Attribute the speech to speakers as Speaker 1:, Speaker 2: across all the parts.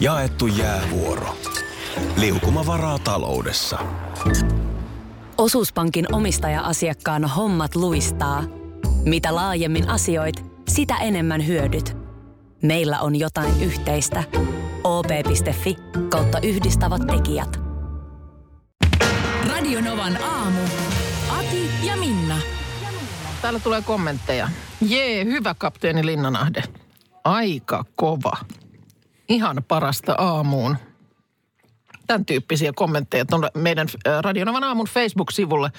Speaker 1: Jaettu jäävuoro. Liukuma varaa taloudessa.
Speaker 2: Osuuspankin omistaja-asiakkaan hommat luistaa. Mitä laajemmin asioit, sitä enemmän hyödyt. Meillä on jotain yhteistä. op.fi kautta yhdistävät tekijät.
Speaker 3: Radionovan aamu. Ati ja Minna.
Speaker 4: Täällä tulee kommentteja. Jee, hyvä kapteeni Linnanahde. Aika kova. Ihan parasta aamuun. Tämän tyyppisiä kommentteja tuonne meidän äh, Radionavan aamun Facebook-sivulle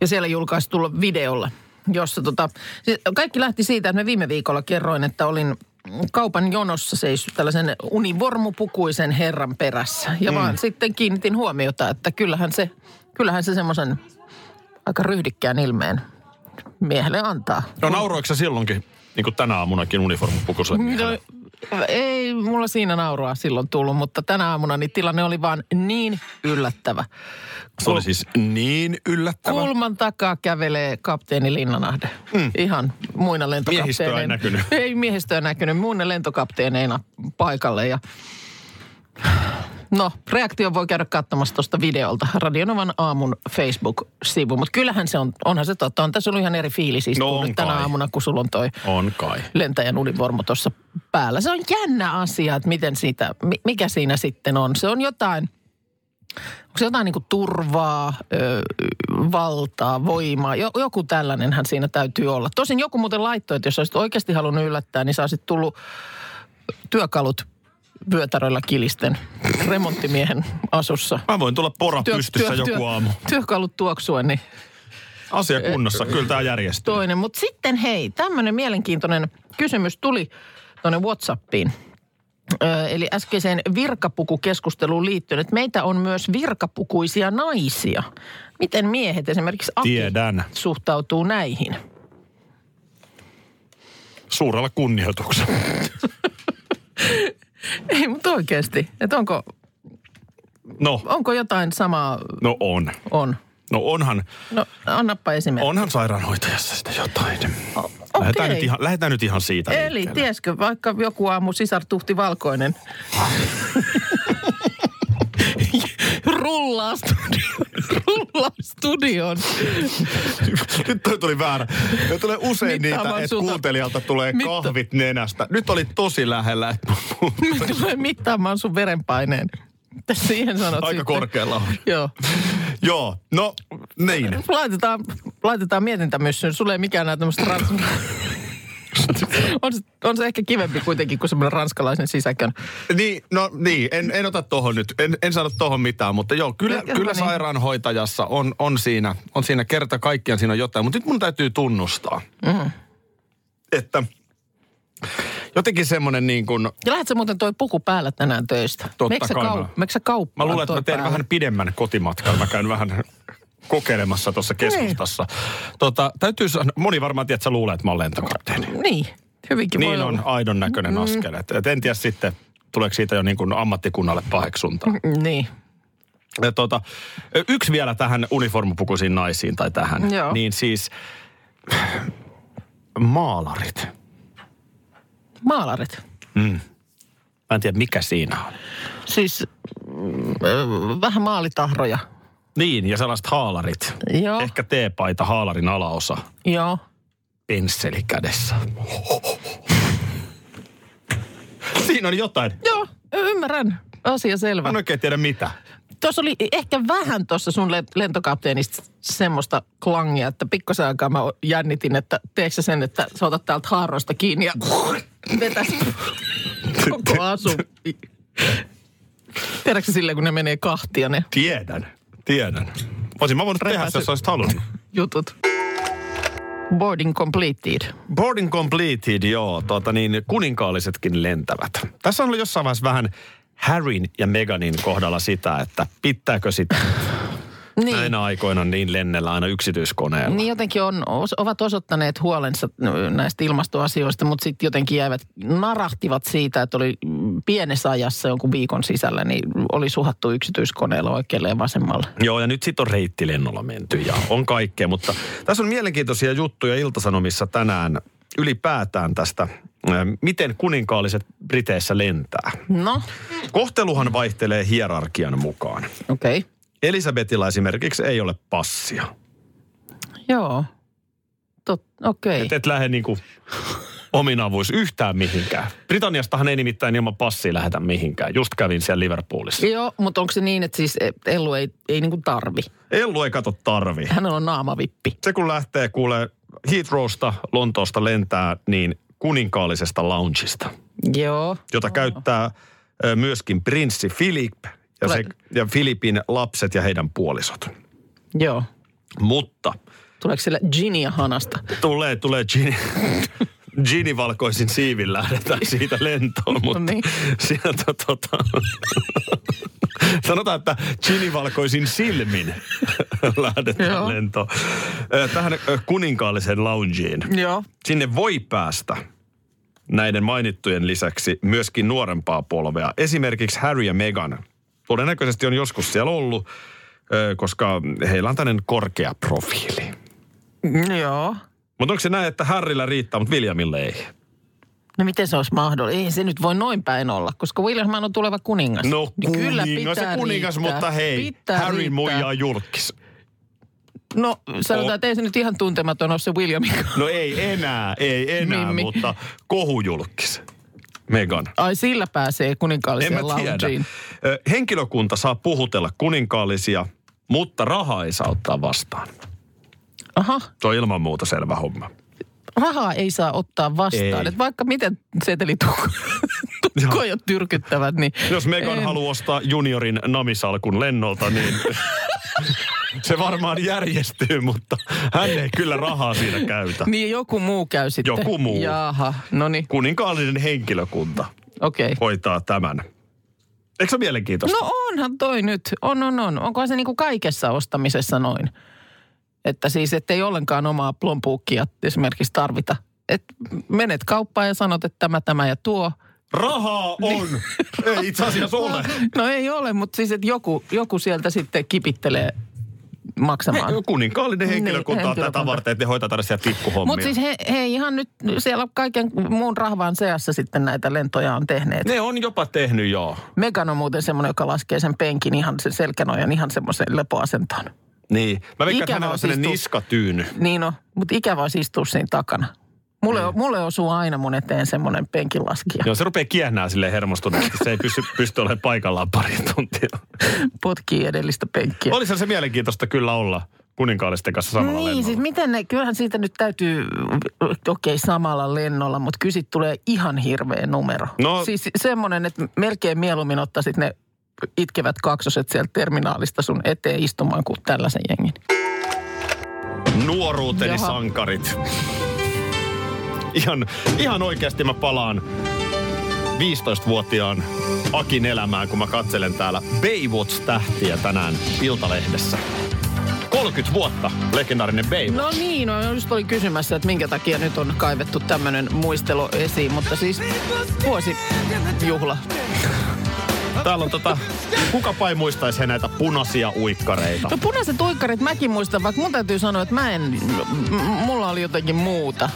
Speaker 4: ja siellä julkaistulla videolla, jossa tota, siis kaikki lähti siitä, että me viime viikolla kerroin, että olin kaupan jonossa seissyt tällaisen univormupukuisen herran perässä. Ja mm. vaan sitten kiinnitin huomiota, että kyllähän se, kyllähän se semmoisen aika ryhdikkään ilmeen miehelle antaa.
Speaker 5: No nauroiko sä silloinkin, niin kuin tänä aamunakin uniformupukuselle miehelle?
Speaker 4: No, ei mulla siinä nauroa silloin tullut, mutta tänä aamuna niin tilanne oli vaan niin yllättävä.
Speaker 5: Se oli siis niin yllättävä.
Speaker 4: Kulman takaa kävelee kapteeni Linnanahde. Mm. Ihan muina lentokapteeneina.
Speaker 5: Miehistöä ei näkynyt.
Speaker 4: Ei miehistöä näkynyt, muina lentokapteeneina paikalle ja... No, reaktio voi käydä katsomassa tuosta videolta Radionovan aamun Facebook-sivu. Mutta kyllähän se on, onhan se totta. On tässä ollut ihan eri fiilis istua
Speaker 5: No on
Speaker 4: nyt tänä
Speaker 5: kai.
Speaker 4: aamuna, kun sulla on toi
Speaker 5: On kai.
Speaker 4: lentäjän univormu tuossa päällä. Se on jännä asia, että miten siitä, mi- mikä siinä sitten on. Se on jotain, onko se jotain niin kuin turvaa, ö, valtaa, voimaa, jo, joku tällainenhän siinä täytyy olla. Tosin joku muuten laittoi, että jos olisit oikeasti halunnut yllättää, niin sä olisit tullut työkalut vyötäröillä kilisten remonttimiehen asussa.
Speaker 5: Mä voin tulla pora pystyssä joku aamu.
Speaker 4: Työkalut tuoksuen, niin
Speaker 5: Asia
Speaker 4: Eh,
Speaker 5: kunnossa, kyllä tämä järjestyy.
Speaker 4: toinen. Mutta sitten hei, tämmöinen mielenkiintoinen kysymys tuli tuonne Whatsappiin. Ö, eli äskeiseen virkapukukeskusteluun liittyen, että meitä on myös virkapukuisia naisia. Miten miehet esimerkiksi Aki
Speaker 5: Tiedän.
Speaker 4: suhtautuu näihin?
Speaker 5: Suurella kunnioituksella.
Speaker 4: Ei, mutta oikeasti. Että onko,
Speaker 5: No,
Speaker 4: onko jotain samaa?
Speaker 5: no on.
Speaker 4: On.
Speaker 5: No onhan,
Speaker 4: No, annappa esimerkki.
Speaker 5: onhan sairaanhoitajassa sitä jotain. Lähetään,
Speaker 4: Okei.
Speaker 5: nyt ihan, lähetään nyt ihan siitä
Speaker 4: Eli
Speaker 5: liikkeelle.
Speaker 4: tieskö, vaikka joku aamu sisartuhti valkoinen rullaa, studio, rullaa studioon.
Speaker 5: Nyt toi tuli väärä. Ja tulee usein
Speaker 4: Mitä
Speaker 5: niitä,
Speaker 4: mä
Speaker 5: että
Speaker 4: sulta-
Speaker 5: kuuntelijalta tulee
Speaker 4: Mitä-
Speaker 5: kahvit nenästä. Nyt oli tosi lähellä. että-
Speaker 4: Mä tulen mittaamaan sun verenpaineen. Mitä siihen sanot
Speaker 5: Aika
Speaker 4: sitten?
Speaker 5: korkealla on.
Speaker 4: Joo.
Speaker 5: Joo, no niin.
Speaker 4: Laitetaan, laitetaan mietintämyssyyn. Sulle ei mikään näitä tämmöistä rans... on, se, on se ehkä kivempi kuitenkin kuin semmoinen ranskalaisen sisäkön.
Speaker 5: Niin, no niin, en, en ota tohon nyt, en, en sano tohon mitään, mutta joo, kyllä,
Speaker 4: Nyt, joo,
Speaker 5: kyllä
Speaker 4: niin.
Speaker 5: sairaanhoitajassa on, on, siinä, on siinä kerta kaikkiaan siinä on jotain, mutta nyt mun täytyy tunnustaa, mm. että jotenkin semmoinen niin kuin,
Speaker 4: Ja lähet sä muuten toi puku päällä tänään töistä?
Speaker 5: Totta
Speaker 4: Meikö sä
Speaker 5: kai
Speaker 4: kau-
Speaker 5: mä-
Speaker 4: meikö sä kauppaan
Speaker 5: mä luulen, että
Speaker 4: toi
Speaker 5: mä teen
Speaker 4: päällä?
Speaker 5: vähän pidemmän kotimatkan, mä käyn vähän kokeilemassa tuossa
Speaker 4: Niin.
Speaker 5: keskustassa. Tota, täytyy sanoa, moni varmaan tiedät, että sä luulet, että mä oon lentokapteeni.
Speaker 4: Niin, hyvinkin voi
Speaker 5: Niin
Speaker 4: olla. Mm-hmm.
Speaker 5: on aidon näköinen mm. askel. Et, et en tiedä sitten, tuleeko siitä jo niin kuin ammattikunnalle paheksuntaa.
Speaker 4: Niin.
Speaker 5: Ja tuota, yksi vielä tähän uniformupukuisiin naisiin tai tähän.
Speaker 4: Joo.
Speaker 5: Niin siis maalarit.
Speaker 4: Maalarit.
Speaker 5: Mä en tiedä, mikä siinä on.
Speaker 4: Siis mm, ö, vähän maalitahroja.
Speaker 5: Niin, ja sellaiset haalarit.
Speaker 4: Joo.
Speaker 5: Ehkä teepaita, haalarin alaosa,
Speaker 4: Joo.
Speaker 5: pensseli kädessä. siinä on jotain.
Speaker 4: Joo, y- ymmärrän. Asia
Speaker 5: Mä
Speaker 4: selvä.
Speaker 5: en
Speaker 4: No. niin.
Speaker 5: oikein tiedä mitä.
Speaker 4: Tuossa oli ehkä vähän tuossa sun le- lentokapteenista semmoista klangia, että pikkasen aikaa mä o- jännitin, että teekö sä sen, että sä otat täältä haaroista kiinni ja vetäs koko asu. Tiedätkö sä silleen, kun ne menee kahtia ne
Speaker 5: Tiedän, tiedän. Olisin mä voinut tehdä,
Speaker 4: Repäsy.
Speaker 5: sen, jos olisit halunnut.
Speaker 4: jutut? Boarding completed.
Speaker 5: Boarding completed, joo. Tuota niin, kuninkaallisetkin lentävät. Tässä on ollut jossain vaiheessa vähän Harryn ja Meganin kohdalla sitä, että pitääkö sitä
Speaker 4: Niin.
Speaker 5: näinä aikoina niin lennellä aina yksityiskoneella.
Speaker 4: Niin jotenkin on, os- ovat osoittaneet huolensa no, näistä ilmastoasioista, mutta sitten jotenkin jäivät, narahtivat siitä, että oli mm, pienessä ajassa jonkun viikon sisällä, niin oli suhattu yksityiskoneella oikealle ja vasemmalle.
Speaker 5: Joo, ja nyt sitten on reittilennolla menty ja on kaikkea, mutta tässä on mielenkiintoisia juttuja Iltasanomissa tänään ylipäätään tästä äh, miten kuninkaalliset Briteissä lentää.
Speaker 4: No,
Speaker 5: Kohteluhan vaihtelee hierarkian mukaan.
Speaker 4: okei. Okay.
Speaker 5: Elisabetilla esimerkiksi ei ole passia.
Speaker 4: Joo. Tot, okei.
Speaker 5: Et, et lähde niinku ominavuus yhtään mihinkään. Britanniastahan ei nimittäin ilman passia lähetä mihinkään. Just kävin siellä Liverpoolissa.
Speaker 4: Joo, mutta onko se niin, että siis Ellu ei, ei niinku tarvi?
Speaker 5: Ellu ei kato tarvi.
Speaker 4: Hänellä on naamavippi.
Speaker 5: Se kun lähtee kuule Heathrowsta, Lontoosta lentää, niin kuninkaallisesta loungeista,
Speaker 4: Joo.
Speaker 5: jota käyttää ö, myöskin prinssi Philip ja, se,
Speaker 4: Tule-
Speaker 5: ja Filipin lapset ja heidän puolisot.
Speaker 4: Joo.
Speaker 5: Mutta
Speaker 4: Tuleeko sillä ginia hanasta?
Speaker 5: tulee, tulee Gini, Gini valkoisin siivin lähdetään siitä lentoon, mutta
Speaker 4: No niin.
Speaker 5: sieltä tota, sanotaan, että Gini valkoisin silmin lähdetään
Speaker 4: Joo.
Speaker 5: lentoon. Ö, Tähän ö, kuninkaalliseen loungeen.
Speaker 4: Joo.
Speaker 5: Sinne voi päästä näiden mainittujen lisäksi myöskin nuorempaa polvea. Esimerkiksi Harry ja Meghan todennäköisesti on joskus siellä ollut, ö, koska heillä on tämmöinen korkea profiili.
Speaker 4: Joo.
Speaker 5: Mutta onko se näin, että Harryllä riittää, mutta Williamille ei?
Speaker 4: No miten se olisi mahdollista? Ei se nyt voi noin päin olla, koska Williamhan on tuleva kuningas.
Speaker 5: No
Speaker 4: Niin
Speaker 5: kuningas, se kuningas,
Speaker 4: riittää.
Speaker 5: mutta hei,
Speaker 4: Pitää
Speaker 5: Harry
Speaker 4: riittää.
Speaker 5: muijaa julkis.
Speaker 4: No
Speaker 5: Oh.
Speaker 4: sanotaan, että ei se nyt ihan tuntematon ole se Williamin kanssa.
Speaker 5: No ei enää, ei enää,
Speaker 4: Mimmi.
Speaker 5: mutta kohujulkis. Megan.
Speaker 4: Ai sillä pääsee
Speaker 5: En mä
Speaker 4: kuninkaalliseen
Speaker 5: tiedä.
Speaker 4: loungeen.
Speaker 5: Ö, Henkilökunta saa puhutella kuninkaallisia, mutta rahaa ei saa ottaa vastaan.
Speaker 4: Aha,
Speaker 5: Se on ilman muuta selvä homma.
Speaker 4: rahaa ei saa ottaa vastaan.
Speaker 5: Ei.
Speaker 4: Et vaikka miten setelitukkoja tyrkyttävät, niin...
Speaker 5: Jos Megan
Speaker 4: en-
Speaker 5: haluaa ostaa juniorin namisalkun lennolta, niin se varmaan järjestyy, mutta hän ei kyllä rahaa siinä käytä.
Speaker 4: Niin joku muu käy sitten.
Speaker 5: Joku muu.
Speaker 4: Jaaha, no niin,
Speaker 5: Kuninkaallinen henkilökunta
Speaker 4: okei.
Speaker 5: hoitaa tämän. Eikö se ole mielenkiintoista?
Speaker 4: No onhan toi nyt, on, on, on. Onkohan se niinku kaikessa ostamisessa noin? Että siis, ettei ollenkaan omaa plompuukkia esimerkiksi tarvita. Et menet kauppaan ja sanot, että tämä, tämä ja tuo.
Speaker 5: Rahaa on!
Speaker 4: Niin.
Speaker 5: ei itse asiassa ole.
Speaker 4: No ei ole, mutta siis, että joku, joku sieltä sitten kipittelee maksamaan.
Speaker 5: Kuninkaallinen
Speaker 4: Niin,
Speaker 5: henkilökunta on tätä
Speaker 4: henkilökunta.
Speaker 5: varten, että ne hoitaa tällaisia pikkuhommia.
Speaker 4: Mutta siis he, he ihan nyt siellä kaiken muun rahvaan seassa sitten näitä lentoja on tehneet.
Speaker 5: Ne on jopa tehnyt joo.
Speaker 4: Megan on muuten semmoinen, joka laskee sen penkin ihan sen selkänojan ihan semmoiseen lepoasentoon.
Speaker 5: Niin. Mä veikkaan, että
Speaker 4: Ikävä
Speaker 5: hänellä on
Speaker 4: on
Speaker 5: sellainen
Speaker 4: siis tu-
Speaker 5: niskatyyny.
Speaker 4: Niin on, mutta ikävä olisi istua siinä takana. Mulle, mm. mulle osuu aina mun eteen semmoinen penkinlaskija.
Speaker 5: Niin. Joo, se rupeaa kiehnää sille hermostuneesti. Se ei pysty, pysty olemaan paikallaan pari tuntia.
Speaker 4: Potkii edellistä penkkiä.
Speaker 5: Olisi se mielenkiintoista kyllä olla kuninkaallisten kanssa samalla
Speaker 4: niin,
Speaker 5: lennolla.
Speaker 4: siis miten ne, kyllähän siitä nyt täytyy, okei okay, samalla lennolla, mutta kysit tulee ihan hirveä numero.
Speaker 5: No-
Speaker 4: Siis semmoinen, että melkein mieluummin ottaisit ne itkevät kaksoset sieltä terminaalista sun eteen istumaan kuin tällaisen jengin.
Speaker 5: Nuoruuteni
Speaker 4: Jaha.
Speaker 5: sankarit. Ihan, ihan oikeasti mä palaan 15-vuotiaan Akin elämään, kun mä katselen täällä Baywatch-tähtiä tänään Iltalehdessä. 30 vuotta legendaarinen Baywatch.
Speaker 4: No niin, no just oli kysymässä, että minkä takia nyt on kaivettu tämmöinen muistelo esiin, mutta siis vuosijuhla. No.
Speaker 5: Täällä on tota, kukapa ei muistaisi he näitä punaisia uikkareita.
Speaker 4: No punaiset uikkarit mäkin muistan, vaikka mun täytyy sanoa, että mä en, m- mulla oli jotenkin muuta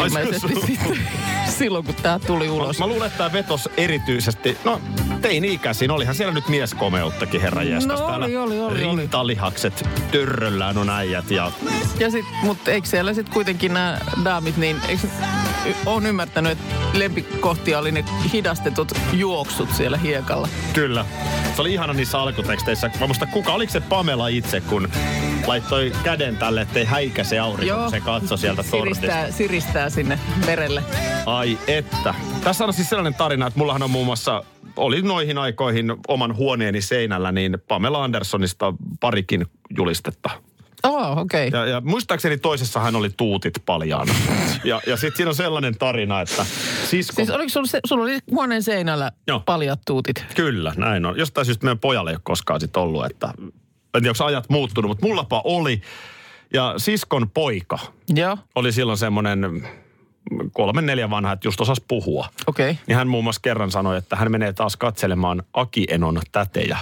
Speaker 5: Ai,
Speaker 4: ilmeisesti
Speaker 5: sulla-
Speaker 4: sitten, silloin, kun tää tuli ulos.
Speaker 5: Mä luulen, että tämä vetos erityisesti, no teini-ikäisiin, olihan siellä nyt mieskomeuttakin herra jestas.
Speaker 4: No,
Speaker 5: Täällä
Speaker 4: oli, oli, oli, oli.
Speaker 5: rintalihakset, törröllään on äijät ja
Speaker 4: Ja sit, mutta eikö siellä sitten kuitenkin nämä daamit, niin eikö, y- oon ymmärtänyt, että lempikohtia oli ne hidastetut juoksut siellä hiekalla.
Speaker 5: Kyllä. Se oli ihana niissä alkuteksteissä. Mä muistan, kuka, oliko se Pamela itse, kun laittoi käden tälle, ettei häikäse aurinko, kun se katso sieltä tortista.
Speaker 4: siristää, siristää sinne merelle.
Speaker 5: Ai että. Tässä on siis sellainen tarina, että mullahan on muun muassa, oli noihin aikoihin oman huoneeni seinällä, niin Pamela Anderssonista parikin julistetta.
Speaker 4: Oh, okei. Okay.
Speaker 5: Ja, ja muistaakseni toisessa hän oli tuutit paljaana. Ja, ja sitten siinä on sellainen tarina, että sisko...
Speaker 4: Siis oliko sulla, se, sulla oli huoneen seinällä
Speaker 5: Joo.
Speaker 4: paljat tuutit?
Speaker 5: Kyllä, näin on. Jostain syystä meidän pojalle ei ole koskaan sit ollut, että en tiedä, onko ajat muuttunut, mutta mullapa oli. Ja siskon poika
Speaker 4: Joo,
Speaker 5: oli silloin semmoinen kolme neljä vanha, että just osas puhua.
Speaker 4: okei. Okay.
Speaker 5: Niin hän muun muassa kerran sanoi, että hän menee taas katselemaan Akienon tätejä.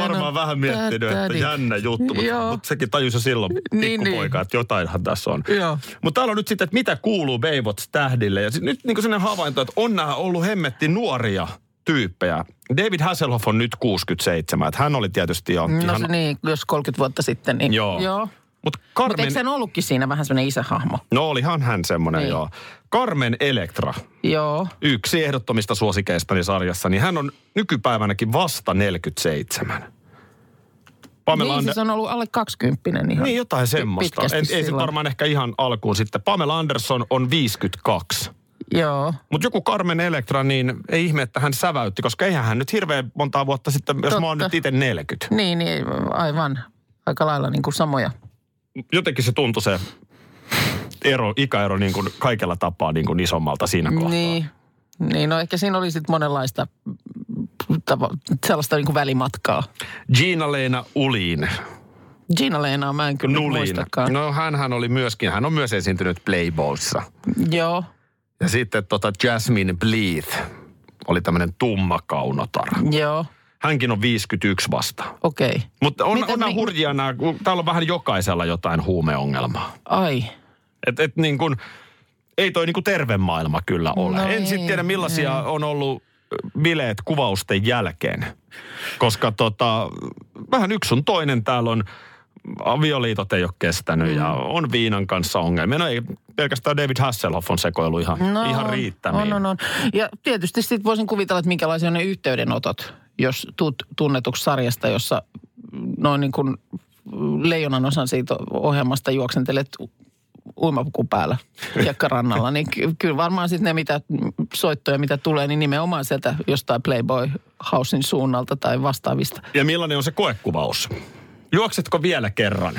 Speaker 5: varmaan vähän miettinyt, että jännä juttu, mutta,
Speaker 4: niin. Joo.
Speaker 5: mutta sekin tajusi jo silloin
Speaker 4: Niin,
Speaker 5: pikkupoika,
Speaker 4: niin.
Speaker 5: että jotainhan tässä on.
Speaker 4: Joo.
Speaker 5: Mutta täällä on nyt sitten, että mitä kuuluu Baywatch-tähdille. Ja sit nyt niin sellainen havainto, että on nämä ollut hemmetti nuoria tyyppejä. David Hasselhoff on nyt 67, että hän oli tietysti jo
Speaker 4: No
Speaker 5: ihan...
Speaker 4: se niin, jos 30 vuotta sitten, niin
Speaker 5: Joo.
Speaker 4: joo.
Speaker 5: Mutta
Speaker 4: Mutta
Speaker 5: Carmen...
Speaker 4: eikö sen ollutkin siinä vähän semmoinen isähahmo?
Speaker 5: No olihan hän semmoinen,
Speaker 4: Niin.
Speaker 5: joo. Carmen Electra,
Speaker 4: Joo.
Speaker 5: yksi ehdottomista suosikeistani sarjassa, niin hän on nykypäivänäkin vasta 47. Pamela
Speaker 4: niin,
Speaker 5: Ander-
Speaker 4: siis on ollut alle 20 ihan.
Speaker 5: Niin jotain
Speaker 4: pi-
Speaker 5: semmoista.
Speaker 4: pitkästi
Speaker 5: En, ei se
Speaker 4: silloin.
Speaker 5: varmaan ehkä ihan alkuun sitten. Pamela Anderson on 52.
Speaker 4: Joo.
Speaker 5: Mutta joku Carmen Electra, niin ei ihme, että hän säväytti, koska eihän hän nyt hirveän montaa vuotta sitten, jos mä oon
Speaker 4: Totta.
Speaker 5: nyt itse 40.
Speaker 4: Niin, niin, aivan. Aika lailla niin kuin samoja.
Speaker 5: Jotenkin se tuntui se ero, ikäero niin kuin kaikella tapaa niin kuin isommalta siinä kohtaa.
Speaker 4: Niin. Niin, no ehkä siinä oli sitten monenlaista mm, tava, sellaista niin kuin välimatkaa.
Speaker 5: Gina-Leena Ulin,
Speaker 4: Gina-Leenaa mä en kyllä nyt
Speaker 5: Nulin.
Speaker 4: muistakaan.
Speaker 5: No hänhän oli myöskin, hän on myös esiintynyt Playballissa.
Speaker 4: Joo.
Speaker 5: Ja sitten tota Jasmine Bleeth oli tämmöinen tumma kaunotar.
Speaker 4: Joo.
Speaker 5: Hänkin on 51 vasta.
Speaker 4: Okei. Okay.
Speaker 5: Mutta on,
Speaker 4: Miten
Speaker 5: on nämä
Speaker 4: mi-
Speaker 5: hurjia nämä, kun täällä on vähän jokaisella jotain huumeongelmaa.
Speaker 4: Ai.
Speaker 5: Et, et niin kun, ei toi niin kuin terve maailma kyllä ole.
Speaker 4: No
Speaker 5: en sitten
Speaker 4: ei,
Speaker 5: tiedä millaisia on ollut ö, bileet kuvausten jälkeen. Koska tota, vähän yksi sun toinen täällä on, avioliitot ei ole kestänyt ja
Speaker 4: Mm.
Speaker 5: on viinan kanssa ongelmia. No ei, pelkästään David Hasselhoff on sekoilu ihan,
Speaker 4: No,
Speaker 5: ihan riittämiin.
Speaker 4: On, on, on. Ja tietysti sitten voisin kuvitella, että minkälaisia on ne yhteydenotot, jos tuut tunnetuksi sarjasta, jossa noin niin kuin leijonan osan siitä ohjelmasta juoksentelet u- uimapukun päällä kiekkarannalla, niin ky- kyllä varmaan sitten ne mitä soittoja, mitä tulee, niin nimenomaan sieltä jostain Playboy Housein suunnalta tai vastaavista.
Speaker 5: Ja millainen on se koekuvaus? Juoksetko vielä kerran?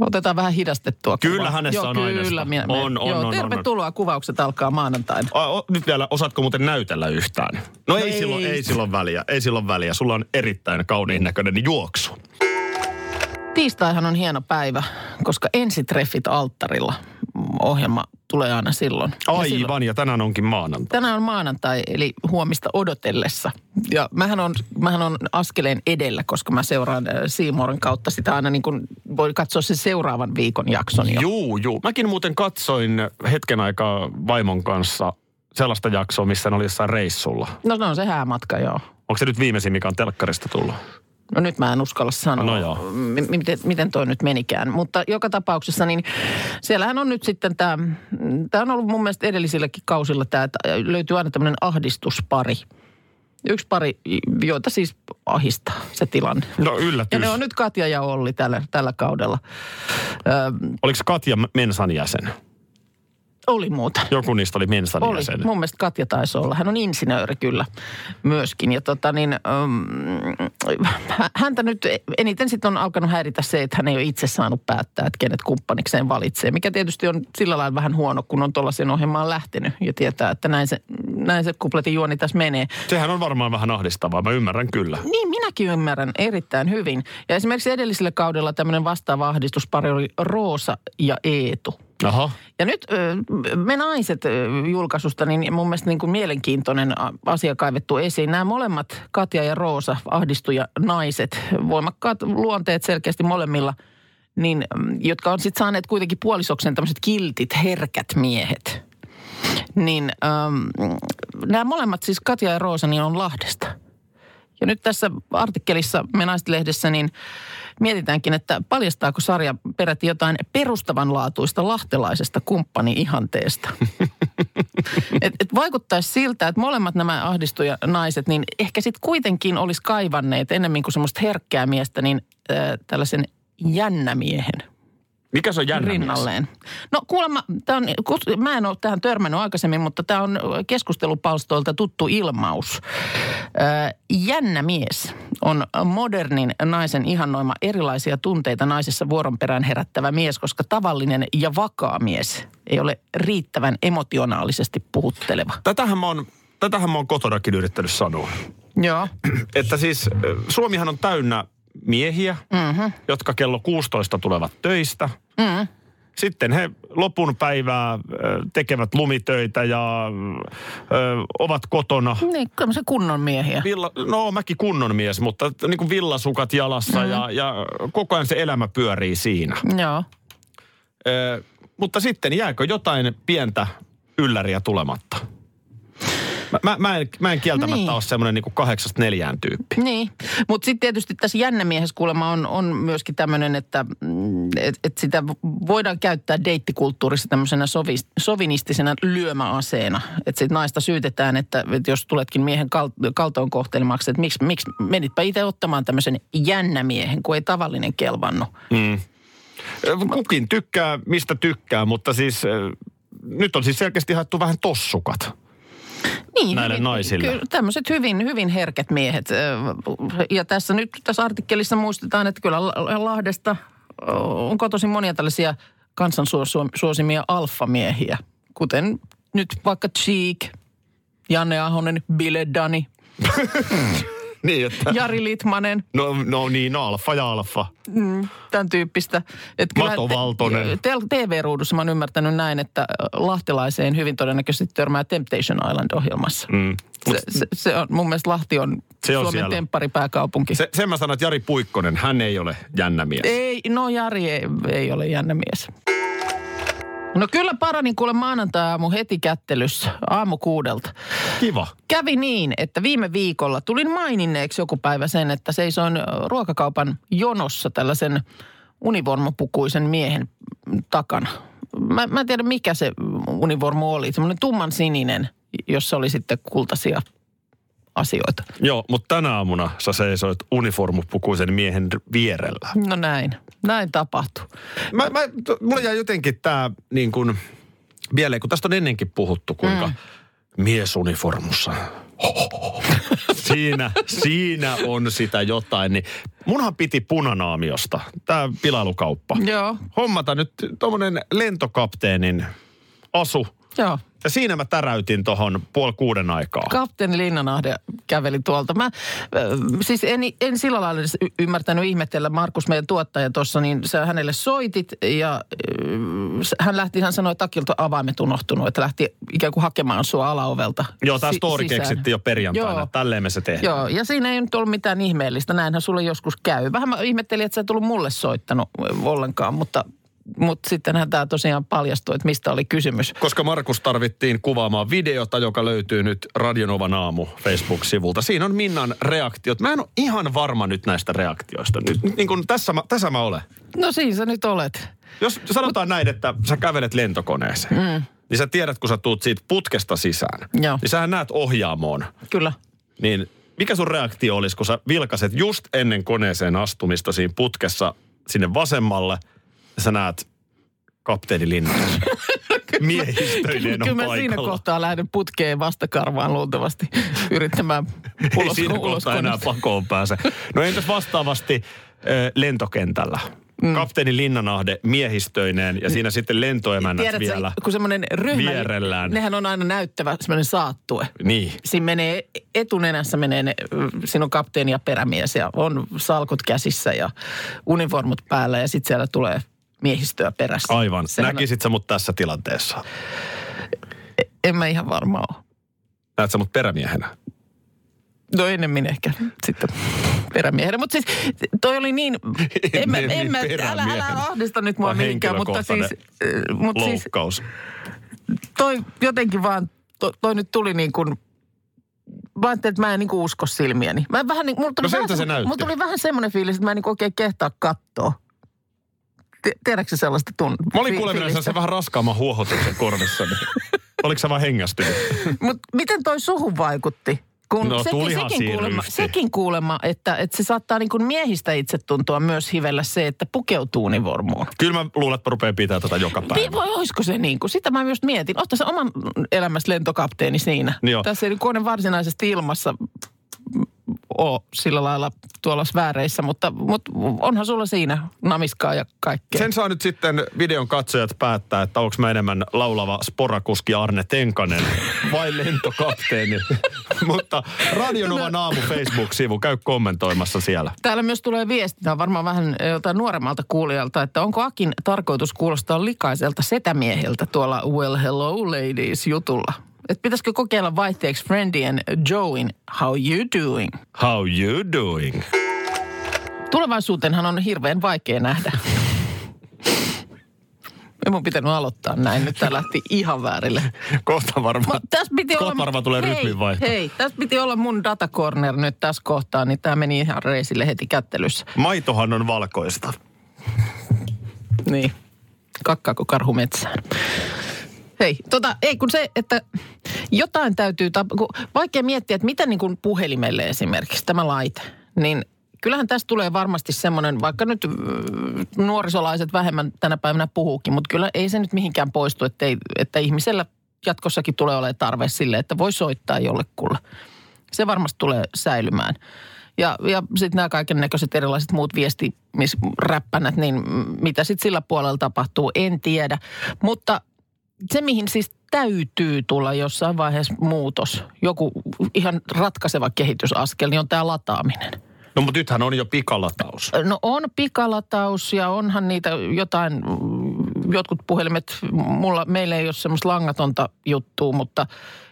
Speaker 4: Otetaan vähän hidastettua.
Speaker 5: Kyllä
Speaker 4: kuvaa.
Speaker 5: hänessä
Speaker 4: Joo,
Speaker 5: on
Speaker 4: kyllä,
Speaker 5: aineistoa.
Speaker 4: minä-
Speaker 5: On, on,
Speaker 4: Joo,
Speaker 5: on, on, on.
Speaker 4: tervetuloa. Kuvaukset alkaa maanantaina.
Speaker 5: A, o, nyt vielä, osaatko muuten näytellä yhtään? No ei,
Speaker 4: Ei.
Speaker 5: Silloin, ei silloin väliä, ei silloin väliä. Sulla on erittäin kauniin näköinen juoksu.
Speaker 4: Tiistaihan on hieno päivä, koska ensitreffit alttarilla ohjelma tulee aina silloin. Ja silloin.
Speaker 5: Aivan, ja tänään onkin maanantai.
Speaker 4: Tänään on maanantai, eli huomista odotellessa. Ja mähän on, mähän on askeleen edellä, koska mä seuraan äh, Seymourin kautta sitä aina niin kuin, voi katsoa sen seuraavan viikon jakson jo.
Speaker 5: Juu, juu. Mäkin muuten katsoin hetken aikaa vaimon kanssa sellaista jaksoa, missä ne oli jossain reissulla.
Speaker 4: No se on se häämatka, joo.
Speaker 5: Onko se nyt viimeisin, mikä on telkkarista tullut?
Speaker 4: No nyt mä en uskalla sanoa,
Speaker 5: No joo.
Speaker 4: m- miten, miten toi nyt menikään. Mutta joka tapauksessa, niin siellähän on nyt sitten tämä, tämä on ollut mun mielestä edellisilläkin kausilla tämä, että löytyy aina tämmöinen ahdistuspari. Yksi pari, joita siis ahistaa se tilanne.
Speaker 5: No
Speaker 4: Ja
Speaker 5: yllätys.
Speaker 4: ne on nyt Katja ja Olli tällä, tällä kaudella. Ö,
Speaker 5: Oliko Katja Mensan jäsen?
Speaker 4: oli muuta.
Speaker 5: Joku niistä oli Mensan
Speaker 4: Oli.
Speaker 5: jäsen.
Speaker 4: Mun mielestä Katja taisi olla. Hän on insinööri kyllä myöskin. Ja tota niin, um, häntä nyt eniten sitten on alkanut häiritä se, että hän ei ole itse saanut päättää, että kenet kumppanikseen valitsee. Mikä tietysti on sillä lailla vähän huono, kun on tuollaisen ohjelmaan lähtenyt ja tietää, että näin se, näin se kupletin juoni tässä menee.
Speaker 5: Sehän on varmaan vähän ahdistavaa, mä ymmärrän kyllä.
Speaker 4: Niin, minäkin ymmärrän erittäin hyvin. Ja esimerkiksi edellisellä kaudella tämmöinen vastaava ahdistuspari oli Roosa ja Eetu.
Speaker 5: Aha.
Speaker 4: Ja nyt ö, me naiset ö, julkaisusta, niin mun mielestä niin kuin mielenkiintoinen a- asia kaivettu esiin. Nämä molemmat, Katja ja Roosa, ahdistuja naiset, voimakkaat luonteet selkeästi molemmilla, niin, mm, jotka on sitten saaneet kuitenkin puolisokseen tämmöiset kiltit, herkät miehet. Niin ähm, nämä molemmat, siis Katja ja Roosa, niin on Lahdesta. Ja nyt tässä artikkelissa Me Naiset-lehdessä niin mietitäänkin, että paljastaako sarja peräti jotain perustavanlaatuista lahtelaisesta kumppani-ihanteesta. et, et vaikuttaisi siltä, että molemmat nämä ahdistuja naiset, niin ehkä sitten kuitenkin olisi kaivanneet ennemmin kuin semmoista herkkää miestä, niin äh, tällaisen jännämiehen
Speaker 5: Mikä se on jännä mies?
Speaker 4: rinnalleen. No kuulemma, tää on, kus- mä en ole tähän törmännyt aikaisemmin, mutta tämä on keskustelupalstoilta tuttu ilmaus. Ö, Jännä mies on modernin naisen ihannoima erilaisia tunteita naisessa vuoron perään herättävä mies, koska tavallinen ja vakaa mies ei ole riittävän emotionaalisesti puhutteleva.
Speaker 5: Tätähän mä oon, tätähän mä oon kotonakin yrittänyt sanoa.
Speaker 4: Joo.
Speaker 5: Että siis ö, Suomihan on täynnä miehiä, mm-hmm. jotka kello 16 tulevat töistä. Mm-hmm. Sitten he lopun päivää ö, tekevät lumitöitä ja ö, ovat kotona.
Speaker 4: Niin, kyllä se kunnon miehiä.
Speaker 5: Villa, no mäkin kunnon mies, mutta niin kuin villasukat jalassa mm-hmm. ja, ja koko ajan se elämä pyörii siinä.
Speaker 4: Joo.
Speaker 5: Ö, mutta sitten jääkö jotain pientä ylläriä tulematta? Mä, mä, mä, en, mä en kieltämättä
Speaker 4: Niin.
Speaker 5: niin. ole semmoinen niin kahdeksasta neljään tyyppi.
Speaker 4: Niin, mutta sitten tietysti tässä jännämiehessä kuulemma on, on myöskin tämmöinen, että mm, et, et sitä voidaan käyttää deittikulttuurissa tämmöisenä sovi, sovinistisena lyömäaseena. Että sitten naista syytetään, että, että jos tuletkin miehen kal, kaltoon kohtelemaksi, että miksi, miksi menitpä itse ottamaan tämmöisen jännämiehen, kun ei tavallinen kelvannut.
Speaker 5: Ö, Kukin tykkää, mistä tykkää, mutta siis ö, nyt on siis selkeästi haettu vähän tossukat.
Speaker 4: Niin,
Speaker 5: näille naisille.
Speaker 4: Kyllä, tämmöiset hyvin, hyvin herket miehet. Ö, Ja tässä nyt tässä artikkelissa muistetaan, että kyllä La- Lahdesta ö, on kotoisin monia tällaisia kansansuosimia alfamiehiä, kuten nyt vaikka Cheek, Janne Ahonen, Bile Dani,
Speaker 5: Niin, että...
Speaker 4: Jari Litmanen,
Speaker 5: No, no niin, no alfa ja alfa.
Speaker 4: tämän tyyppistä. Että kyllä
Speaker 5: Mato
Speaker 4: te-
Speaker 5: Valtonen.
Speaker 4: te- TV-ruudussa mä oon ymmärtänyt näin, että ö, lahtelaiseen hyvin todennäköisesti törmää Temptation Island-ohjelmassa.
Speaker 5: Mm. Mut
Speaker 4: Se, se, se on, mun mielestä Lahti on,
Speaker 5: Se on
Speaker 4: Suomen
Speaker 5: siellä.
Speaker 4: tempparipääkaupunki.
Speaker 5: se, sen mä sanon, että Jari Puikkonen, hän ei ole jännä mies.
Speaker 4: Ei, no Jari ei, ei ole jännä mies. No kyllä paranin kuule maanantai-aamu heti kättelyssä, aamu kuudelta.
Speaker 5: Kiva.
Speaker 4: Kävi niin, että viime viikolla tulin maininneeksi joku päivä sen, että seisoin ö, ruokakaupan jonossa tällaisen univormupukuisen miehen takana. Mä, mä en tiedä, mikä se univormu oli. Semmoinen tumman sininen, jossa oli sitten kultaisia asioita.
Speaker 5: Joo, mutta tänä aamuna sä seisoit uniformupukuisen miehen vierellä.
Speaker 4: No näin, näin tapahtui.
Speaker 5: Mä, mä, t- mulla jäi jotenkin tää niin kun mieleen, kun tästä on ennenkin puhuttu, kuinka mm. mies uniformussa. siinä, siinä on sitä jotain. Niin munhan piti punanaamiosta, tää pilailukauppa.
Speaker 4: Joo,
Speaker 5: hommata nyt tuommoinen lentokapteenin asu.
Speaker 4: joo.
Speaker 5: Ja siinä mä täräytin tuohon puoli kuuden aikaa.
Speaker 4: Kapteeni Linnanahde käveli tuolta. Mä ö, siis en, en sillä lailla edes y- ymmärtänyt ihmetellä. Markus, meidän tuottaja tuossa, niin sä hänelle soitit ja ö, s- hän lähti, hän sanoi, että takilta avaimet unohtunut, että lähti ikään kuin hakemaan sua alaovelta
Speaker 5: Joo, tämä
Speaker 4: si-
Speaker 5: story
Speaker 4: sisään.
Speaker 5: keksittiin jo perjantaina.
Speaker 4: Joo.
Speaker 5: Joo. Tälleen me se tehdään.
Speaker 4: Joo, ja siinä ei nyt ollut mitään ihmeellistä. Näinhän sulle joskus käy. Vähän mä ihmettelin, että sä et tullut mulle soittanut ö, ollenkaan, mutta, mutta sittenhän tämä tosiaan paljastui, että mistä oli kysymys.
Speaker 5: Koska Markus tarvittiin kuvaamaan videota, joka löytyy nyt Radionovan aamu Facebook-sivulta. Siinä on Minnan reaktiot. Mä en ole ihan varma nyt näistä reaktioista. Nyt, nyt niin kuin tässä, mä, tässä mä olen.
Speaker 4: No siinä sä nyt olet.
Speaker 5: Jos sanotaan näin, että sä kävelet lentokoneeseen, mm. niin sä tiedät, kun sä tuut siitä putkesta sisään,
Speaker 4: Joo.
Speaker 5: niin sähän näet ohjaamoon
Speaker 4: Kyllä.
Speaker 5: niin mikä sun reaktio olisi, kun sä vilkaset just ennen koneeseen astumista siinä putkessa sinne vasemmalle, ja sä näet kapteeni Linnan miehistöinen
Speaker 4: Kyllä
Speaker 5: on
Speaker 4: mä siinä
Speaker 5: paikalla.
Speaker 4: kohtaa lähden putkeen vastakarvaan luultavasti yrittämään
Speaker 5: Ei
Speaker 4: ulos,
Speaker 5: siinä
Speaker 4: ulos
Speaker 5: kohtaa enää
Speaker 4: koneesta.
Speaker 5: pakoon pääse. No entäs vastaavasti ö, lentokentällä? Mm. Kapteeni Linnanahde miehistöineen ja siinä sitten lentoemännät
Speaker 4: Tiedätkö,
Speaker 5: vielä.
Speaker 4: kun semmoinen ryhmä,
Speaker 5: vierellään.
Speaker 4: nehän on aina näyttävä semmoinen saattue.
Speaker 5: Niin.
Speaker 4: Siinä menee, etunenässä menee, ne, siinä on kapteeni ja perämies ja on salkut käsissä ja uniformut päällä ja sitten siellä tulee miehistöä perässä.
Speaker 5: Aivan.
Speaker 4: Sehän, Näkisin.
Speaker 5: Näkisit sä mut tässä tilanteessa?
Speaker 4: En mä ihan varma ole.
Speaker 5: Näet sä mut perämiehenä?
Speaker 4: No ennemmin ehkä sitten perämiehenä. Mutta siis toi oli niin, en mä, en
Speaker 5: Ennemmin
Speaker 4: mä, älä, älä
Speaker 5: perämiehenä.
Speaker 4: ahdista nyt mua
Speaker 5: Vaan
Speaker 4: mihinkään, mutta siis, äh, mut siis
Speaker 5: Loukkaus.
Speaker 4: toi jotenkin vaan, to, toi nyt tuli niin kuin, mä ajattelin, että mä en niin kuin usko silmiäni. Mä vähän niin, mulla tuli,
Speaker 5: No siltä
Speaker 4: vähän,
Speaker 5: se
Speaker 4: semmo-
Speaker 5: näytti.
Speaker 4: mulla tuli vähän semmoinen fiilis, että mä en niin kuin oikein kehtaa kattoa. Ti- Tiedätkö sä sellaista tun,
Speaker 5: Mä olin
Speaker 4: fi-
Speaker 5: kuulevina
Speaker 4: fiilistä?
Speaker 5: sen vähän raskaamman huohotuksen korvissani. Oliko sä vaan hengästynyt?
Speaker 4: Mut miten toi suhun vaikutti? Kun
Speaker 5: No, tulihan siinä
Speaker 4: kuulemma,
Speaker 5: ryhti.
Speaker 4: sekin kuulemma, että, että se saattaa niin kuin miehistä itse tuntua myös hivellä se, että pukeutuu univormuun.
Speaker 5: Kyllä mä luulen, että mä rupean pitää tätä joka
Speaker 4: Niin,
Speaker 5: päivä.
Speaker 4: voi, olisiko se niin kuin? Sitä mä just mietin. Otta se oman elämässä lentokapteeni siinä. niinku
Speaker 5: Joo.
Speaker 4: Tässä ei nyt kone varsinaisesti ilmassa ole mm, sillä lailla tuolla sfääreissä, mutta, mutta onhan sulla siinä namiskaa ja kaikkea.
Speaker 5: Sen saa nyt sitten videon katsojat päättää, että onko mä enemmän laulava sporakuski Arne Tenkanen vai lentokapteeni. Mutta Radionovan aamu Facebook-sivu, käy kommentoimassa siellä.
Speaker 4: Täällä myös tulee viestintä varmaan vähän jotain nuoremmalta kuulijalta, että onko Akin tarkoitus kuulostaa likaiselta setämieheltä tuolla Well Hello Ladies jutulla. Että pitäisikö kokeilla vaihteeksi Friendien Joein How You Doing?
Speaker 5: How you doing?
Speaker 4: Tulevaisuutenhan on hirveän vaikea nähdä. Ei mun pitänyt aloittaa näin. Nyt tää lähti ihan väärille.
Speaker 5: Kohta varmaan.
Speaker 4: Mut tässä piti
Speaker 5: Kohta
Speaker 4: olla...
Speaker 5: varmaan tulee
Speaker 4: hei,
Speaker 5: rytminvaihto.
Speaker 4: Hei, tässä piti olla mun datacorner nyt tässä kohtaa, niin tämä meni ihan reisille heti kättelyssä.
Speaker 5: Maitohan on valkoista.
Speaker 4: Niin. Kakkaako karhu metsään? Hei, tota, ei kun se, että jotain täytyy, tap- kun vaikea miettiä, että mitä niin kuin puhelimelle esimerkiksi tämä laite, niin kyllähän tästä tulee varmasti semmoinen, vaikka nyt mm, nuorisolaiset vähemmän tänä päivänä puhuukin, mutta kyllä ei se nyt mihinkään poistu, että, ei, että ihmisellä jatkossakin tulee olemaan tarve sille, että voi soittaa jollekulle. Se varmasti tulee säilymään. Ja, ja sitten nämä kaiken näköiset erilaiset muut viestimisräppänät, niin mm, mitä sitten sillä puolella tapahtuu, en tiedä. Mutta se, mihin siis täytyy tulla jossain vaiheessa muutos, joku ihan ratkaiseva kehitysaskel, niin on tämä lataaminen.
Speaker 5: No mutta nythän on jo pikalataus.
Speaker 4: No on pikalataus ja onhan niitä jotain, mm, jotkut puhelimet, mulla, meillä ei ole semmoista langatonta juttua, mutta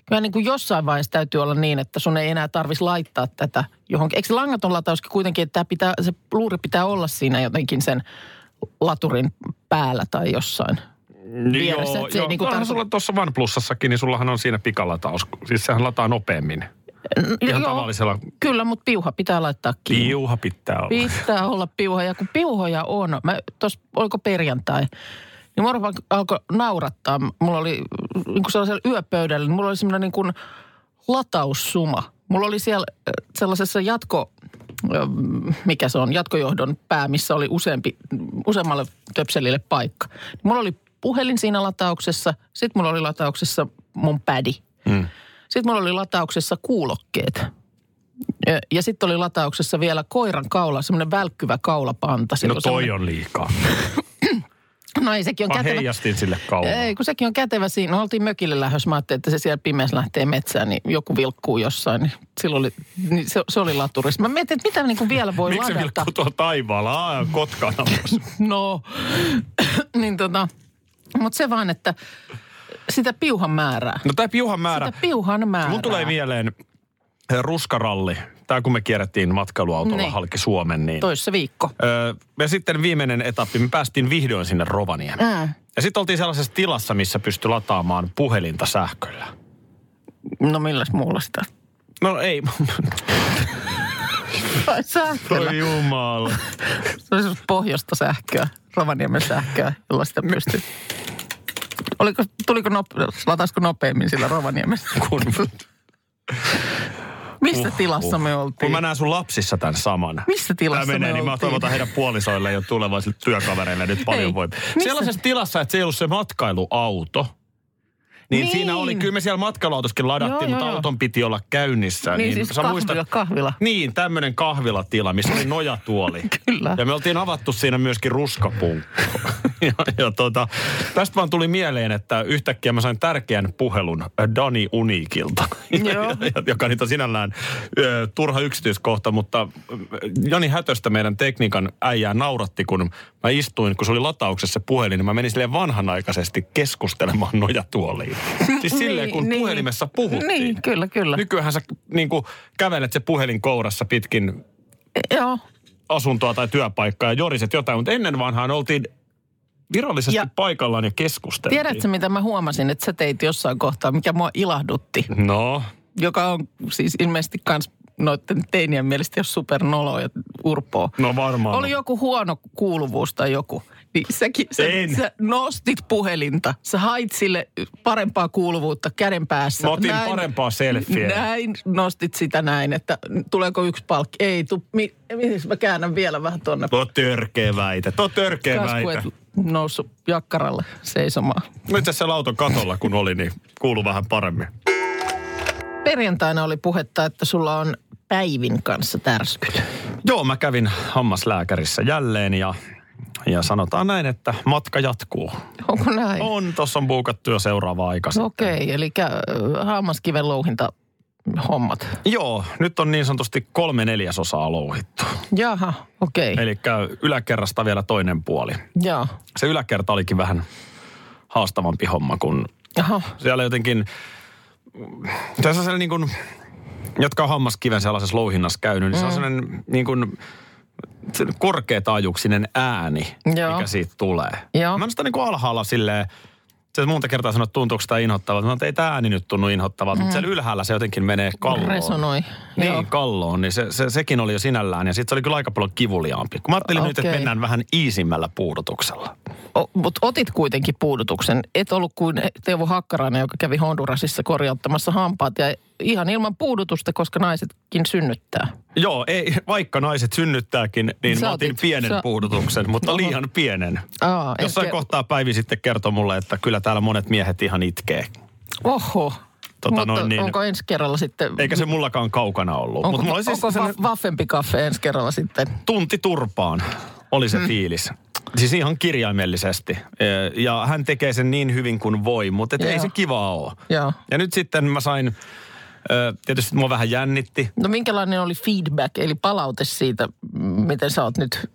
Speaker 4: kyllä niin kuin jossain vaiheessa täytyy olla niin, että sun ei enää tarvitsisi laittaa tätä johonkin. Eikö se langaton latauskin kuitenkin, että tää pitää, se luuri pitää olla siinä jotenkin sen laturin päällä tai jossain? vieressä,
Speaker 5: Joo,
Speaker 4: että se ei
Speaker 5: joo.
Speaker 4: niinku
Speaker 5: Onhan
Speaker 4: tarkoita-
Speaker 5: sulla tuossa OnePlusassakin, niin sullahan on siinä pikalataus. Siis sehän lataa nopeammin. Ihan
Speaker 4: Joo,
Speaker 5: tavallisella
Speaker 4: Kyllä, mutta piuha pitää laittaa kiinni.
Speaker 5: piuha pitää olla.
Speaker 4: Pitää olla piuhoja, kun piuhoja on. Mä tos, oliko perjantai, niin mua vaan alkoi naurattaa. Mulla oli niin kuin sellaisella yöpöydällä, niin mulla oli semmoinen niin kuin lataussuma. Mulla oli siellä äh, sellaisessa jatko, äh, mikä se on, jatkojohdon pää, missä oli useampi, useammalle töpselille paikka. Mulla oli puhelin siinä latauksessa, sitten mulla oli latauksessa mun pädi.
Speaker 5: Mm.
Speaker 4: Sitten mulla oli latauksessa kuulokkeet. Ja, ja sitten oli latauksessa vielä koiran kaula, semmoinen välkkyvä kaulapanta. Sillä
Speaker 5: No
Speaker 4: on
Speaker 5: toi Ah,
Speaker 4: semmoinen-
Speaker 5: on liikaa.
Speaker 4: No ei, sekin on
Speaker 5: Mä
Speaker 4: kätevä.
Speaker 5: heijastin sille kauan.
Speaker 4: Ei, kun sekin on kätevä siinä. No, oltiin mökille lähdössä. Mä ajattelin, että se siellä pimeässä lähtee metsään, niin joku vilkkuu jossain. Niin silloin oli, niin se, se oli laturissa. Mä mietin, että mitä niin kuin vielä voi
Speaker 5: Miksi se
Speaker 4: ladata.
Speaker 5: vilkkuu tuolla taivaalla? Aa, kotkana.
Speaker 4: No, niin tota, mutta se vaan, että sitä piuhan määrää.
Speaker 5: No tämä piuhan määrä.
Speaker 4: Sitä piuhan määrää.
Speaker 5: Mun tulee mieleen eh, ruskaralli. Tämä kun me kierrettiin matkailuautolla
Speaker 4: Niin.
Speaker 5: halki Suomen, niin...
Speaker 4: Toissa viikko.
Speaker 5: Öö, ja sitten viimeinen etappi, me päästiin vihdoin sinne Rovaniemeen.
Speaker 4: Mm.
Speaker 5: Ja sitten oltiin sellaisessa tilassa, missä pystyi lataamaan puhelinta sähköllä.
Speaker 4: No milläs muulla sitä?
Speaker 5: No ei,
Speaker 4: Tai sähköllä.
Speaker 5: voi jumala.
Speaker 4: Se oli semmoista pohjoista sähköä, Rovaniemen sähköä, jolla sitä pystyy. Oliko, tuliko nope, lataisiko nopeammin sillä Rovaniemessä?
Speaker 5: Kun,
Speaker 4: Missä tilassa me oltiin?
Speaker 5: kun mä näen sun lapsissa tämän saman.
Speaker 4: Missä tilassa
Speaker 5: Tää menee,
Speaker 4: me
Speaker 5: niin mä
Speaker 4: oltiin?
Speaker 5: toivotan heidän puolisoille ja tulevaisille työkavereille nyt paljon
Speaker 4: Hei,
Speaker 5: voimia.
Speaker 4: missä-
Speaker 5: Sellaisessa tilassa, että se ei ollut se matkailuauto. Niin,
Speaker 4: Niin.
Speaker 5: siinä oli, kyllä me siellä matkailuautossakin ladattiin,
Speaker 4: Joo,
Speaker 5: mutta
Speaker 4: joo, joo.
Speaker 5: auton piti olla käynnissä.
Speaker 4: Niin, siis kahvila, kahvila.
Speaker 5: Niin, tämmöinen kahvilatila, missä oli nojatuoli.
Speaker 4: Kyllä.
Speaker 5: Ja me oltiin avattu siinä myöskin ruskapunkko. ja, ja tota, tästä vaan tuli mieleen, että yhtäkkiä mä sain tärkeän puhelun Dani Uniikilta.
Speaker 4: Joo.
Speaker 5: Ja- joka nyt on sinällään ö, turha yksityiskohta, mutta ö, Jani Hätöstä meidän tekniikan äijää nauratti, kun mä istuin, kun se oli latauksessa se puhelin, niin mä menin silleen vanhanaikaisesti keskustelemaan nojatuoliin. Siis silleen, kun
Speaker 4: niin.
Speaker 5: puhelimessa puhuttiin.
Speaker 4: Niin, kyllä, kyllä.
Speaker 5: Nykyään sä niin kuin, kävelet se puhelin kourassa pitkin
Speaker 4: E, Joo.
Speaker 5: asuntoa tai työpaikkaa ja joriset jotain, mutta ennen vanhaan oltiin virallisesti
Speaker 4: Ja-
Speaker 5: paikallaan ja keskusteltiin.
Speaker 4: Tiedätkö, mitä mä huomasin, että sä teit jossain kohtaa, mikä mua ilahdutti,
Speaker 5: No,
Speaker 4: joka on siis ilmeisesti kans noiden teinien mielestä jos supernolo ja urpoa.
Speaker 5: no varmaan.
Speaker 4: Oli joku huono kuuluvuus tai joku. Niin säkin, sä,
Speaker 5: En.
Speaker 4: sä nostit puhelinta, sä hait sille parempaa kuuluvuutta käden päässä.
Speaker 5: Mä otin parempaa selfieä.
Speaker 4: Näin nostit sitä näin, että tuleeko yksi palkki. Ei, tu, mi, mi, mä käännän vielä vähän tuonne.
Speaker 5: Tuo törkeä väite, tuo törkeä väite. No
Speaker 4: Kaskuet noussut jakkaralle seisomaan.
Speaker 5: Nyt tässä auton katolla kun oli, niin kuuluu vähän paremmin.
Speaker 4: Perjantaina oli puhetta, että sulla on päivin kanssa tärskyt.
Speaker 5: Joo, mä kävin hammaslääkärissä jälleen ja, ja sanotaan näin, että matka jatkuu.
Speaker 4: Onko näin?
Speaker 5: On, tuossa on buukattu jo seuraava aika sitten.
Speaker 4: Niin. No Okei, okay, eli äh, kä- hammaskiven louhinta hommat.
Speaker 5: Joo, nyt on niin sanotusti kolme neljäsosaa louhittu.
Speaker 4: Jaha, okei. Okay.
Speaker 5: Eli yläkerrasta vielä toinen puoli.
Speaker 4: Joo.
Speaker 5: Se yläkerta olikin vähän haastavampi homma, kun
Speaker 4: Jaha,
Speaker 5: siellä jotenkin... Se on sellainen niin kuin, jotka on hammaskiven sellaisessa louhinnassa käynyt,
Speaker 4: Mm.
Speaker 5: niin se on sellainen niin kuin se korkeataajuuksinen ääni,
Speaker 4: Joo.
Speaker 5: mikä siitä tulee.
Speaker 4: Joo.
Speaker 5: Mä en sitä niin kuin alhaalla silleen, se monta kertaa sanoo, että tuntuuko tämä inhottavalta. Mä sanon, että ei tämä ääni nyt tunnu inhottavalta, mm. mutta siellä ylhäällä se jotenkin menee kalloon.
Speaker 4: resonoi.
Speaker 5: Niin,
Speaker 4: Joo.
Speaker 5: kalloon, niin se, se, sekin oli jo sinällään ja sitten se oli kyllä aika paljon kivuliaampi. Kun mä ajattelin okay. nyt, että
Speaker 4: Okei.
Speaker 5: mennään vähän iisimmällä puudutuksella.
Speaker 4: Mutta otit kuitenkin puudutuksen. Et ollut kuin Teuvo Hakkarainen, joka kävi Hondurasissa korjauttamassa hampaat. Ja ihan ilman puudutusta, koska naisetkin synnyttää.
Speaker 5: Joo, ei, vaikka naiset synnyttääkin, niin
Speaker 4: Sä
Speaker 5: mä otin
Speaker 4: otit-
Speaker 5: pienen
Speaker 4: sä-
Speaker 5: puudutuksen, mutta liian pienen.
Speaker 4: Aa, en
Speaker 5: Jossain
Speaker 4: tiedä.
Speaker 5: kohtaa Päivi sitten kertoi mulle, että kyllä täällä monet miehet ihan itkee.
Speaker 4: Oho.
Speaker 5: Tota
Speaker 4: Mutta
Speaker 5: noin niin.
Speaker 4: onko ensi kerralla sitten...
Speaker 5: Eikä se mullakaan kaukana ollut.
Speaker 4: Onko,
Speaker 5: Mutta mulla oli siis
Speaker 4: siis onko sellainen... vaffempi kaffe ensi kerralla sitten?
Speaker 5: tunti turpaan oli
Speaker 4: Hmm.
Speaker 5: se fiilis. Siis ihan kirjaimellisesti. Ee, Ja hän tekee sen niin hyvin kuin voi, mutta et ei
Speaker 4: Joo.
Speaker 5: se kivaa ole.
Speaker 4: Joo.
Speaker 5: Ja nyt sitten mä sain, ö, tietysti mua vähän jännitti.
Speaker 4: No minkälainen oli feedback, eli palaute siitä, m, miten sä oot nyt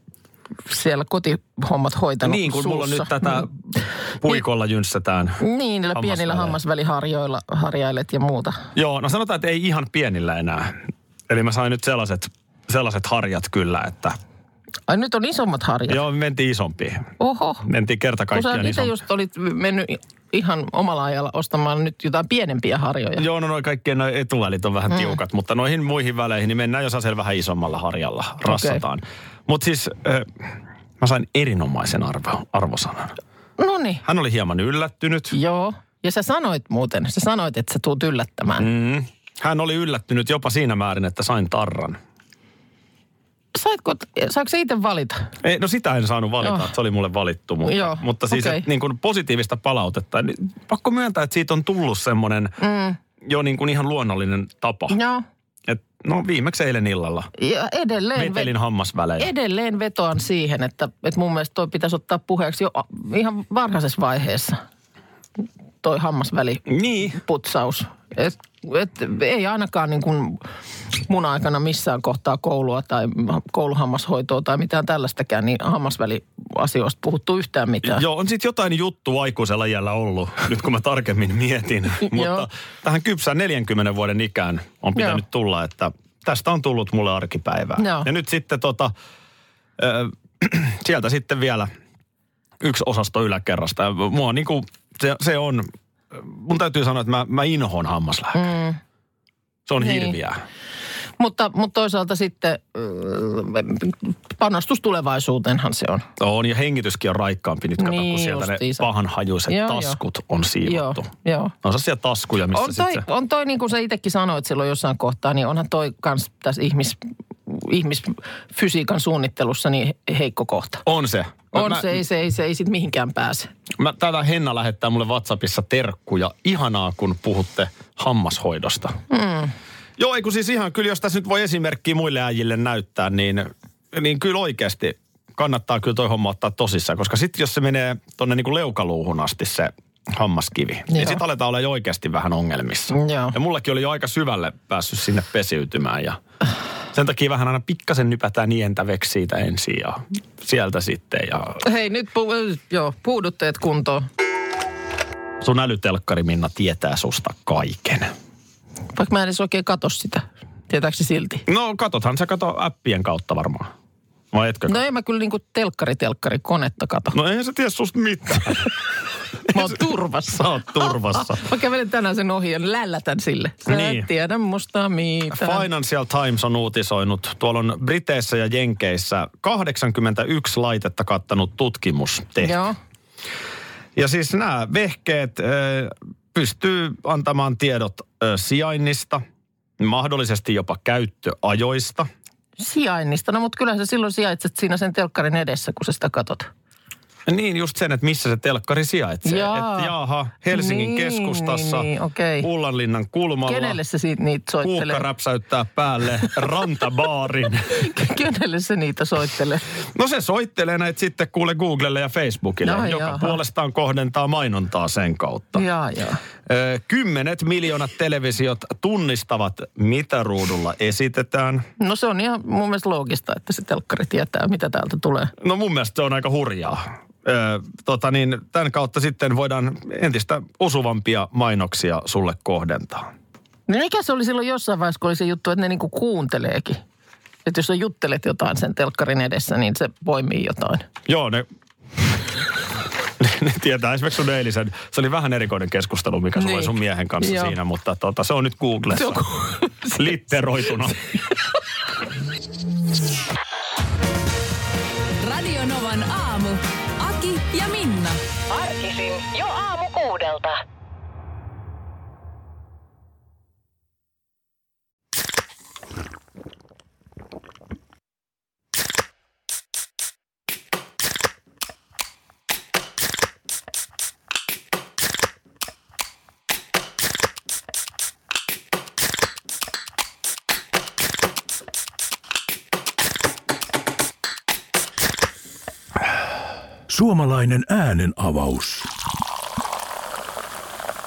Speaker 4: siellä kotihommat hoitanut
Speaker 5: niin, kun mulla
Speaker 4: No, suussa? Mm.
Speaker 5: nyt tätä puikolla jynssätään.
Speaker 4: Niin, niillä
Speaker 5: hammasvälein.
Speaker 4: pienillä hammasväliharjoilla harjailet ja muuta.
Speaker 5: Joo, no sanotaan, että ei ihan pienillä enää. Eli mä sain nyt sellaiset, sellaiset harjat kyllä, että...
Speaker 4: Ai nyt on isommat harjat?
Speaker 5: Joo, me mentiin isompiin.
Speaker 4: Oho.
Speaker 5: Mentiin kerta
Speaker 4: Kun sä
Speaker 5: kaikkiaan
Speaker 4: itse
Speaker 5: isompiin.
Speaker 4: just olit mennyt ihan omalla ajalla ostamaan nyt jotain pienempiä harjoja.
Speaker 5: Joo, no noin kaikkien noi etuvälit on vähän mm. tiukat, mutta noihin muihin väleihin niin mennään jos asel vähän isommalla harjalla, rassataan. Okay. Mutta siis äh, mä sain erinomaisen arvo, arvosanan.
Speaker 4: No niin.
Speaker 5: Hän oli hieman yllättynyt.
Speaker 4: Joo. Ja sä sanoit muuten, sä sanoit, että sä tuut yllättämään. Mm.
Speaker 5: Hän oli yllättynyt jopa siinä määrin, että sain tarran.
Speaker 4: Saitko, saako sä itse valita?
Speaker 5: Ei, no sitä en saanut valita,
Speaker 4: Joo.
Speaker 5: että se oli mulle valittu, mutta,
Speaker 4: Oh. Joo,
Speaker 5: mutta siis
Speaker 4: okei.
Speaker 5: et, niin kuin positiivista palautetta. Niin, pakko myöntää, että siitä on tullut semmoinen mm. jo niin kuin ihan luonnollinen tapa.
Speaker 4: Joo.
Speaker 5: Et, no viimeksi eilen illalla.
Speaker 4: Ja edelleen,
Speaker 5: Vetelin hammasvälein.
Speaker 4: edelleen vetoan siihen, että, että mun mielestä toi pitäisi ottaa puheeksi jo a- ihan varhaisessa vaiheessa. Toi hammasväli
Speaker 5: Niin.
Speaker 4: putsaus. Et, et, ei ainakaan niin kuin mun aikana missään kohtaa koulua tai kouluhammashoitoa tai mitään tällaistakään, niin hammasväliasioista puhuttu yhtään mitään.
Speaker 5: Joo, on sitten jotain juttu aikuisella iällä ollut, nyt kun mä tarkemmin mietin. Mutta
Speaker 4: Joo.
Speaker 5: tähän kypsään 40 vuoden ikään on pitänyt
Speaker 4: Joo.
Speaker 5: tulla, että tästä on tullut mulle arkipäivää.
Speaker 4: Joo.
Speaker 5: Ja nyt sitten tota, ö, sieltä sitten vielä yksi osasto yläkerrasta. Ja Mua niinku, se, se on, mun täytyy sanoa, että mä, mä inhoon hammaslääkäriä. Mm. Se on niin.
Speaker 4: Niin.
Speaker 5: hirviää.
Speaker 4: Mutta, mutta toisaalta sitten mm, panostus tulevaisuuteenhan se on.
Speaker 5: On, ja hengityskin on raikkaampi nyt, kato,
Speaker 4: Niin
Speaker 5: kun sieltä ne
Speaker 4: justiinsa.
Speaker 5: pahanhajuiset
Speaker 4: Joo, joo.
Speaker 5: taskut on siivottu.
Speaker 4: Joo, joo.
Speaker 5: On sellaisia taskuja, missä
Speaker 4: On toi,
Speaker 5: sitten...
Speaker 4: on toi, niin kuin sä itsekin sanoit silloin jossain kohtaa, niin onhan toi kans tässä ihmis, ihmisfysiikan suunnittelussa niin heikko kohta.
Speaker 5: On se.
Speaker 4: On
Speaker 5: mä,
Speaker 4: se, ei se, ei se, ei sit mihinkään pääse.
Speaker 5: Mä, täällä Henna lähettää mulle WhatsAppissa terkkuja. Ihanaa, kun puhutte hammashoidosta. Mm. Joo, ei kun siis ihan kyllä, jos tässä nyt voi esimerkkiä muille äijille näyttää, niin, niin kyllä oikeasti kannattaa kyllä toi homma ottaa tosissaan. Koska sitten jos se menee tonne niin kuin leukaluuhun asti se hammaskivi, niin
Speaker 4: Joo.
Speaker 5: sitten aletaan olla jo oikeasti vähän ongelmissa.
Speaker 4: Joo.
Speaker 5: Ja mullakin oli jo aika syvälle päässyt sinne pesiytymään ja sen takia vähän aina pikkasen nypätään nientäveksi siitä ensin ja sieltä sitten ja
Speaker 4: Hei, nyt pu- joo, puudutteet kuntoon.
Speaker 5: Sun älytelkkari Minna tietää susta kaiken.
Speaker 4: Vaikka mä en edes oikein katso sitä. Tietääkö se silti?
Speaker 5: No katothan sä kato appien kautta varmaan. Vai etkö?
Speaker 4: No
Speaker 5: No,
Speaker 4: ei mä kyllä niinku telkkari, telkkari, konetta kato.
Speaker 5: no eihän se tiedä susta mitään.
Speaker 4: Mä oon turvassa.
Speaker 5: Sä oot turvassa.
Speaker 4: Mä kävelen tänään sen ohi ja lällätän sille. Sä niin.
Speaker 5: Niin.
Speaker 4: et tiedä musta mitään.
Speaker 5: Financial Times on uutisoinut, tuolla on Briteissä ja Jenkeissä 81 laitetta kattanut tutkimus tehty.
Speaker 4: Joo.
Speaker 5: Ja siis nämä vehkeet ö, pystyy antamaan tiedot ö, sijainnista, mahdollisesti jopa käyttöajoista.
Speaker 4: Sijainnista. No mutta kyllä sä silloin sijaitset siinä sen telkkarin edessä, kun sä sitä katot.
Speaker 5: Niin, just sen, että missä se telkkari sijaitsee.
Speaker 4: Jaa.
Speaker 5: Että jaaha, Helsingin
Speaker 4: Niin,
Speaker 5: keskustassa,
Speaker 4: niin, niin, okei.
Speaker 5: Ullanlinnan kulmalla.
Speaker 4: Kenelle se siitä niitä soittelee?
Speaker 5: Kuukka räpsäyttää päälle rantabaarin.
Speaker 4: Kenelle se niitä soittelee?
Speaker 5: No se soittelee näitä sitten kuule Googlelle ja Facebookille,
Speaker 4: No,
Speaker 5: joka
Speaker 4: jaha.
Speaker 5: puolestaan kohdentaa mainontaa sen kautta.
Speaker 4: Jaa, jaa.
Speaker 5: Ö, Kymmenet miljoonat televisiot tunnistavat, mitä ruudulla esitetään.
Speaker 4: No se on ihan mun mielestä loogista, että se telkkari tietää, mitä täältä tulee.
Speaker 5: No mun mielestä se on aika hurjaa. Ö, tota niin, tämän kautta sitten voidaan entistä osuvampia mainoksia sulle kohdentaa.
Speaker 4: No mikä se oli silloin jossain vaiheessa, kun oli se juttu, että ne niinku kuunteleekin? Että jos sä juttelet jotain sen telkkarin edessä, niin se poimii jotain.
Speaker 5: Joo, ne... ne tietää esimerkiksi sun eilisen. Se oli vähän erikoinen keskustelu, mikä sulla
Speaker 4: Niin.
Speaker 5: oli sun miehen kanssa
Speaker 4: Joo.
Speaker 5: siinä, mutta tota, se on nyt
Speaker 4: Se
Speaker 5: Googlessa.
Speaker 4: on
Speaker 5: Litteroituna.
Speaker 3: Radio Novan aamu. Aki ja Minna.
Speaker 6: Arkisin jo aamu kuudelta.
Speaker 7: Suomalainen äänen avaus.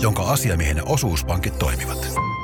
Speaker 8: jonka asiamiehen osuuspankit toimivat.